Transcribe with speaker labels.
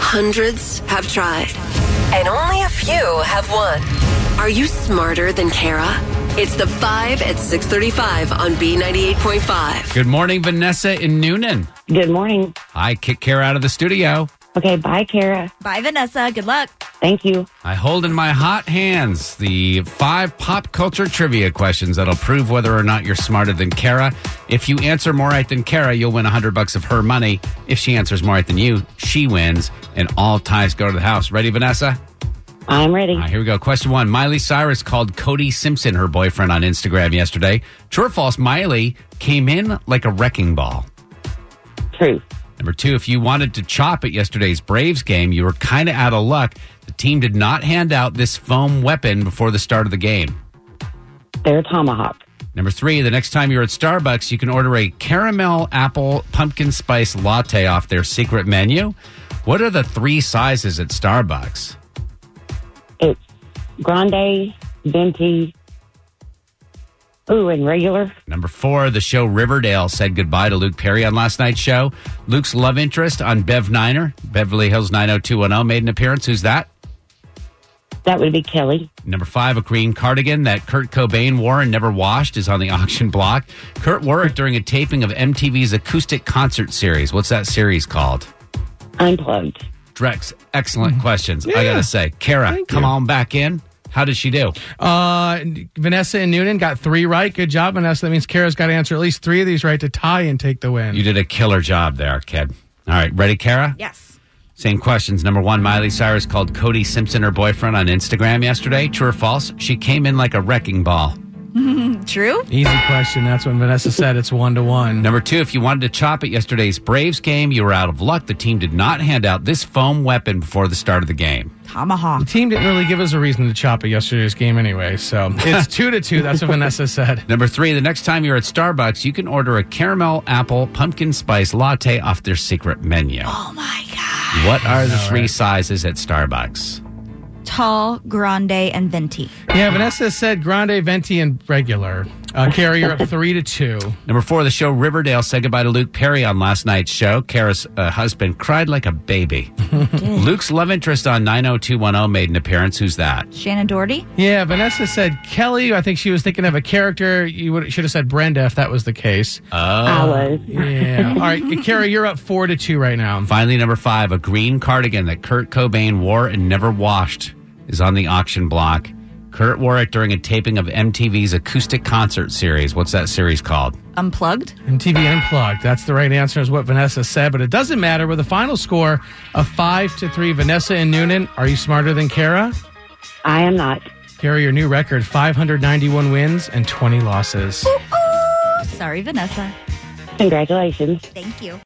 Speaker 1: Hundreds have tried, and only a few have won. Are you smarter than Kara? It's the 5 at 635 on B98.5.
Speaker 2: Good morning, Vanessa in Noonan.
Speaker 3: Good morning.
Speaker 2: I kick Kara out of the studio.
Speaker 3: Okay, bye, Kara.
Speaker 4: Bye, Vanessa. Good luck.
Speaker 3: Thank you.
Speaker 2: I hold in my hot hands the five pop culture trivia questions that'll prove whether or not you're smarter than Kara. If you answer more right than Kara, you'll win 100 bucks of her money. If she answers more right than you, she wins, and all ties go to the house. Ready, Vanessa?
Speaker 3: I'm ready.
Speaker 2: All right, here we go. Question one Miley Cyrus called Cody Simpson her boyfriend on Instagram yesterday. True or false, Miley came in like a wrecking ball.
Speaker 3: True.
Speaker 2: Number two, if you wanted to chop at yesterday's Braves game, you were kind of out of luck. The team did not hand out this foam weapon before the start of the game.
Speaker 3: They're a tomahawk.
Speaker 2: Number three, the next time you're at Starbucks, you can order a caramel apple pumpkin spice latte off their secret menu. What are the three sizes at Starbucks?
Speaker 3: It's grande, venti, ooh, and regular.
Speaker 2: Number four, the show Riverdale said goodbye to Luke Perry on last night's show. Luke's love interest on Bev Niner, Beverly Hills 90210, made an appearance. Who's that?
Speaker 3: That would be Kelly.
Speaker 2: Number five, a green cardigan that Kurt Cobain wore and never washed is on the auction block. Kurt wore it during a taping of MTV's acoustic concert series. What's that series called?
Speaker 3: Unplugged.
Speaker 2: Drex, excellent questions. I gotta say, Kara, come on back in. How did she do?
Speaker 5: Uh, Vanessa and Noonan got three right. Good job, Vanessa. That means Kara's got to answer at least three of these right to tie and take the win.
Speaker 2: You did a killer job there, kid. All right, ready, Kara?
Speaker 4: Yes.
Speaker 2: Same questions. Number one, Miley Cyrus called Cody Simpson her boyfriend on Instagram yesterday. True or false? She came in like a wrecking ball.
Speaker 4: True?
Speaker 5: Easy question. That's when Vanessa said it's one to one.
Speaker 2: Number two, if you wanted to chop at yesterday's Braves game, you were out of luck. The team did not hand out this foam weapon before the start of the game.
Speaker 5: The
Speaker 4: Tomahawk.
Speaker 5: team didn't really give us a reason to chop at yesterday's game anyway, so it's two to two. That's what Vanessa said.
Speaker 2: Number three, the next time you're at Starbucks, you can order a caramel apple pumpkin spice latte off their secret menu.
Speaker 4: Oh my God.
Speaker 2: What are the three sizes at Starbucks?
Speaker 4: Tall, grande, and venti.
Speaker 5: Yeah, Vanessa said grande, venti, and regular. Uh, Kara, you're up three to two.
Speaker 2: Number four, the show Riverdale said goodbye to Luke Perry on last night's show. Kara's uh, husband cried like a baby. Luke's love interest on 90210 made an appearance. Who's that?
Speaker 4: Shannon Doherty?
Speaker 5: Yeah, Vanessa said Kelly. I think she was thinking of a character. You would, should have said Brenda if that was the case.
Speaker 3: I was.
Speaker 5: Yeah. All right, Kara, you're up four to two right now.
Speaker 2: Finally, number five, a green cardigan that Kurt Cobain wore and never washed is on the auction block. Kurt wore it during a taping of MTV's acoustic concert series. What's that series called?
Speaker 4: Unplugged?
Speaker 5: MTV Unplugged. That's the right answer, is what Vanessa said. But it doesn't matter with a final score of five to three. Vanessa and Noonan, are you smarter than Kara?
Speaker 3: I am not.
Speaker 5: Kara, your new record: 591 wins and 20 losses.
Speaker 4: Sorry, Vanessa.
Speaker 3: Congratulations.
Speaker 4: Thank you.